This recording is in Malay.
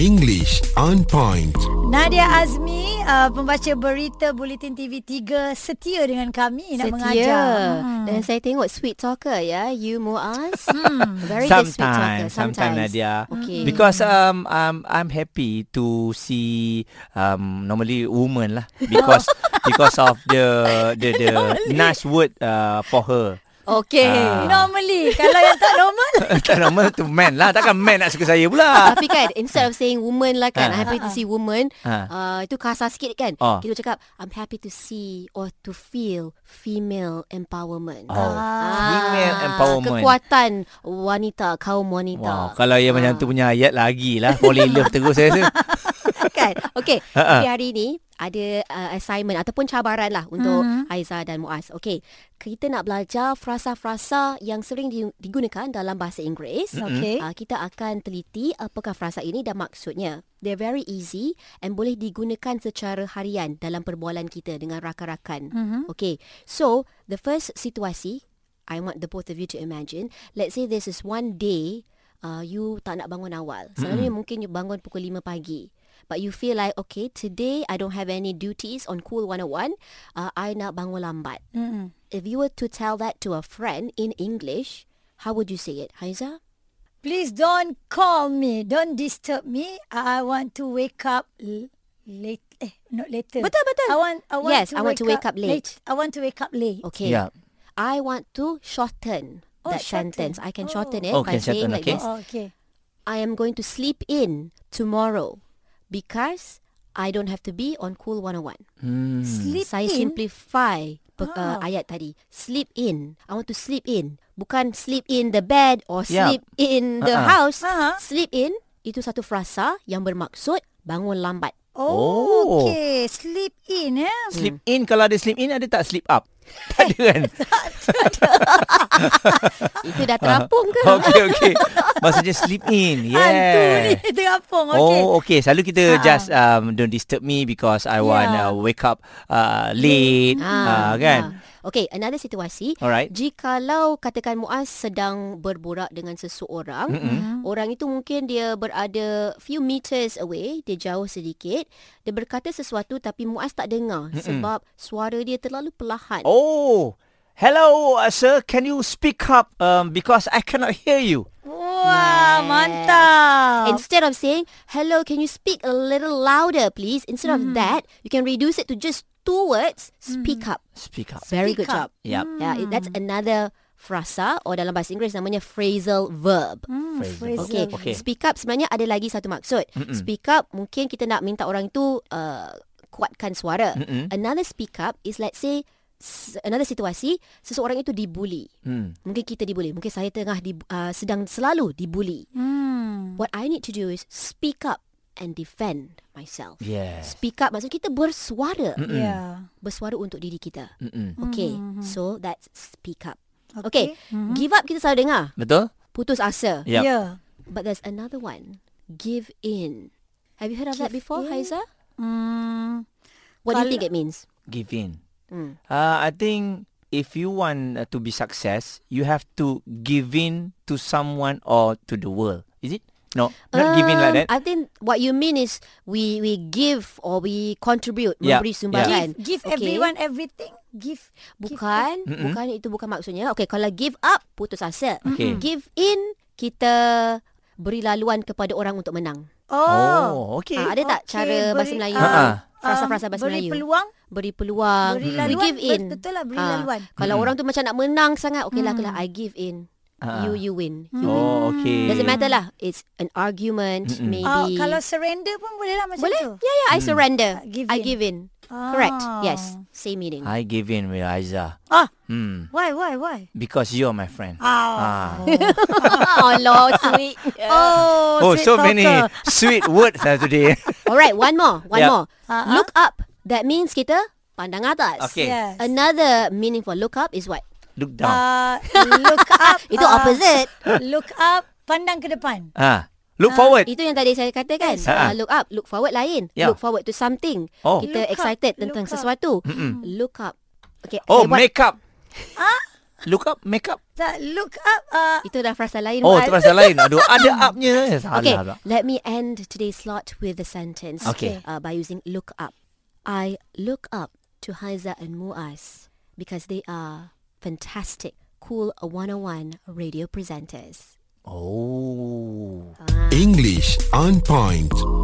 English on point. Nadia Azmi, uh, pembaca berita Bulletin TV 3 setia dengan kami nak mengajar. Hmm. Dan saya tengok sweet talker ya, you Muaz. Hmm. Very good sweet talker Sometimes, sometimes sometimes. Nadia. Okay. Because um, um, I'm happy to see um, normally woman lah because because of the the the nice word uh, for her. okay. Ah. Eh, Normally, kalau yang tak normal, tak normal tu man lah. Takkan man nak suka saya pula. Tapi kan instead of saying woman lah kan, I'm Ah. happy to see woman. Ah. Uh, itu kasar sikit kan. Ah. Kita cakap I'm happy to see or to feel female empowerment. Oh, female Ah, empowerment. Kekuatan wanita, kaum wanita. Wow, kalau yang macam Ah. tu punya ayat lagi lah. Boleh love terus saya rasa. kan. Okey, Ha-ha. tapi hari ni ada uh, assignment ataupun cabaran lah untuk mm-hmm. Aiza dan Muaz. Okey, kita nak belajar frasa-frasa yang sering di- digunakan dalam bahasa Inggeris. Hmm. Okey. Uh, kita akan teliti apakah frasa ini dan maksudnya. They're very easy and boleh digunakan secara harian dalam perbualan kita dengan rakan-rakan. Mhm. Okay, so the first situasi, I want the both of you to imagine. Let's say this is one day uh, you tak nak bangun awal. Selalunya mungkin you bangun pukul 5 pagi. But you feel like, okay, today I don't have any duties on Cool 101. Uh, I nak bangun lambat. Mm-mm. If you were to tell that to a friend in English, how would you say it, Haiza? please don't call me, don't disturb me. I want to wake up l- late. Eh, not later. Betul, betul. I want, I want Yes, to I want to wake up late. I want to wake up late. Okay. Hmm. Yeah. I want to shorten Oh, that shorten. sentence. I can Oh. shorten it Oh, by can saying shorten, like okay. this. Oh, okay. I am going to sleep in tomorrow because I don't have to be on Cool 101. Hmm. Sleep Saya in. simplify pe- uh, Ah. ayat tadi. Sleep in. I want to sleep in. Bukan sleep in the bed or Yeah. sleep in the Uh-uh. house. Uh-huh. Sleep in itu satu frasa yang bermaksud bangun lambat. Oh, Oh. okay. Sleep in, eh? Sleep in kalau ada sleep in ada tak sleep up? Tak ada kan? Ah. Itu Uh-huh. dah terapung ke? Okey okey. Maksudnya sleep in. Yeah. Hantu ni terapung. Okay. Oh, okay. Selalu kita Ha-ha. just um, don't disturb me because I want Yeah. uh, wake up uh, late, uh, kan? ah. Okay, another situasi. Alright. Jikalau katakan Muaz sedang berborak dengan seseorang, mm-hmm. orang itu mungkin dia berada few meters away, dia jauh sedikit, dia berkata sesuatu tapi Muaz tak dengar mm-hmm. sebab suara dia terlalu perlahan. Oh, hello, uh, sir. Can you speak up? Um, because I cannot hear you. Wah, Yes. mantap. Instead of saying, hello, can you speak a little louder please? Instead of that, you can reduce it to just two words, speak up. Speak up. Very Speak good up. job. Yep. Yeah, it- that's another frasa or dalam bahasa Inggeris namanya phrasal verb. Hmm, Phrasal. phrasal. Okay. Okay. okay. Speak up sebenarnya ada lagi satu maksud. Mm-mm. Speak up mungkin kita nak minta orang itu uh, kuatkan suara. Mm-mm. Another speak up is let's say s- another situasi seseorang itu dibuli. Hmm. Mungkin kita dibuli, mungkin saya tengah di, uh, sedang selalu dibuli. Hmm. What I need to do is speak up and defend myself. Yes. Speak up maksud kita bersuara, Mm-mm. Yeah. bersuara untuk diri kita. Mm-mm. Okay, Mhm. so that's speak up. Okay. Okay, Mhm. give up kita selalu dengar. Betul? Putus asa. Yep. Yeah. But there's another one. Give in. Have you heard of that Give before, in? Haiza? Hmm. What do you Kalau- think it means? Give in. Hmm. Mm. Uh, I think if you want uh, to be success, you have to give in to someone or to the world. Is it? No, not give in like Um, that. I think what you mean is we we give or we contribute, Yeah, memberi yeah. sumbangan. Give Kan? Okay. everyone everything. Give. give- Bukan, Mm-mm. bukan itu bukan maksudnya. Okay, kalau give up, putus asa. Okay. Give in, kita beri laluan kepada orang untuk menang. Oh. oh, okay. Ah, ada tak Okay, cara beri- uh, bahasa Melayu? Ha-ha. Frasa-frasa bahasa beri Melayu. peluang, Beri peluang. beri we laluan. give in. Betul lah, beri Ah, laluan. Kalau Mm. orang tu macam nak menang sangat, okay lah, kalau I give in. Ah. You you win. You win. Oh, okay. Doesn't matter lah. It's an argument, Mm-mm. Mm. Oh, maybe. kalau surrender pun boleh lah macam Boleh. tu. Yeah, yeah. I surrender. Uh, give I in. give in. Ah. Correct. Yes. Same meaning. I give in with Aiza. Ah, Hmm. why, why, why? Because you are my friend. Ah. oh, Lord, sweet. Oh, oh, sweet so many talker. sweet words uh, today. All right, one more. One Yeah. more. Uh-huh. Look up. That means kita pandang atas. Okay. Yes. Another meaning for look up is what? Look down. Uh, look up. Itu uh, opposite. Look up, pandang ke depan. Ah, look forward. Itu yang tadi saya katakan. Ha. Uh, look up, look forward lain. Yeah. Look forward to something. Ya. Oh. Look Kita up, excited look tentang up. sesuatu. Mm-mm. Look up. Okay. okay, oh, what- makeup. Look up makeup. Tak, look up. Uh, Itu dah frasa lain. lah. Oh, Wan. tu pasal lain. Aduh, ada upnya. Eh, Salah Okay, pula. let me end today's slot with a sentence Okay. uh, by using look up. I look up to Haiza and Muaz because they are fantastic, cool 101 radio presenters. Oh. English on point.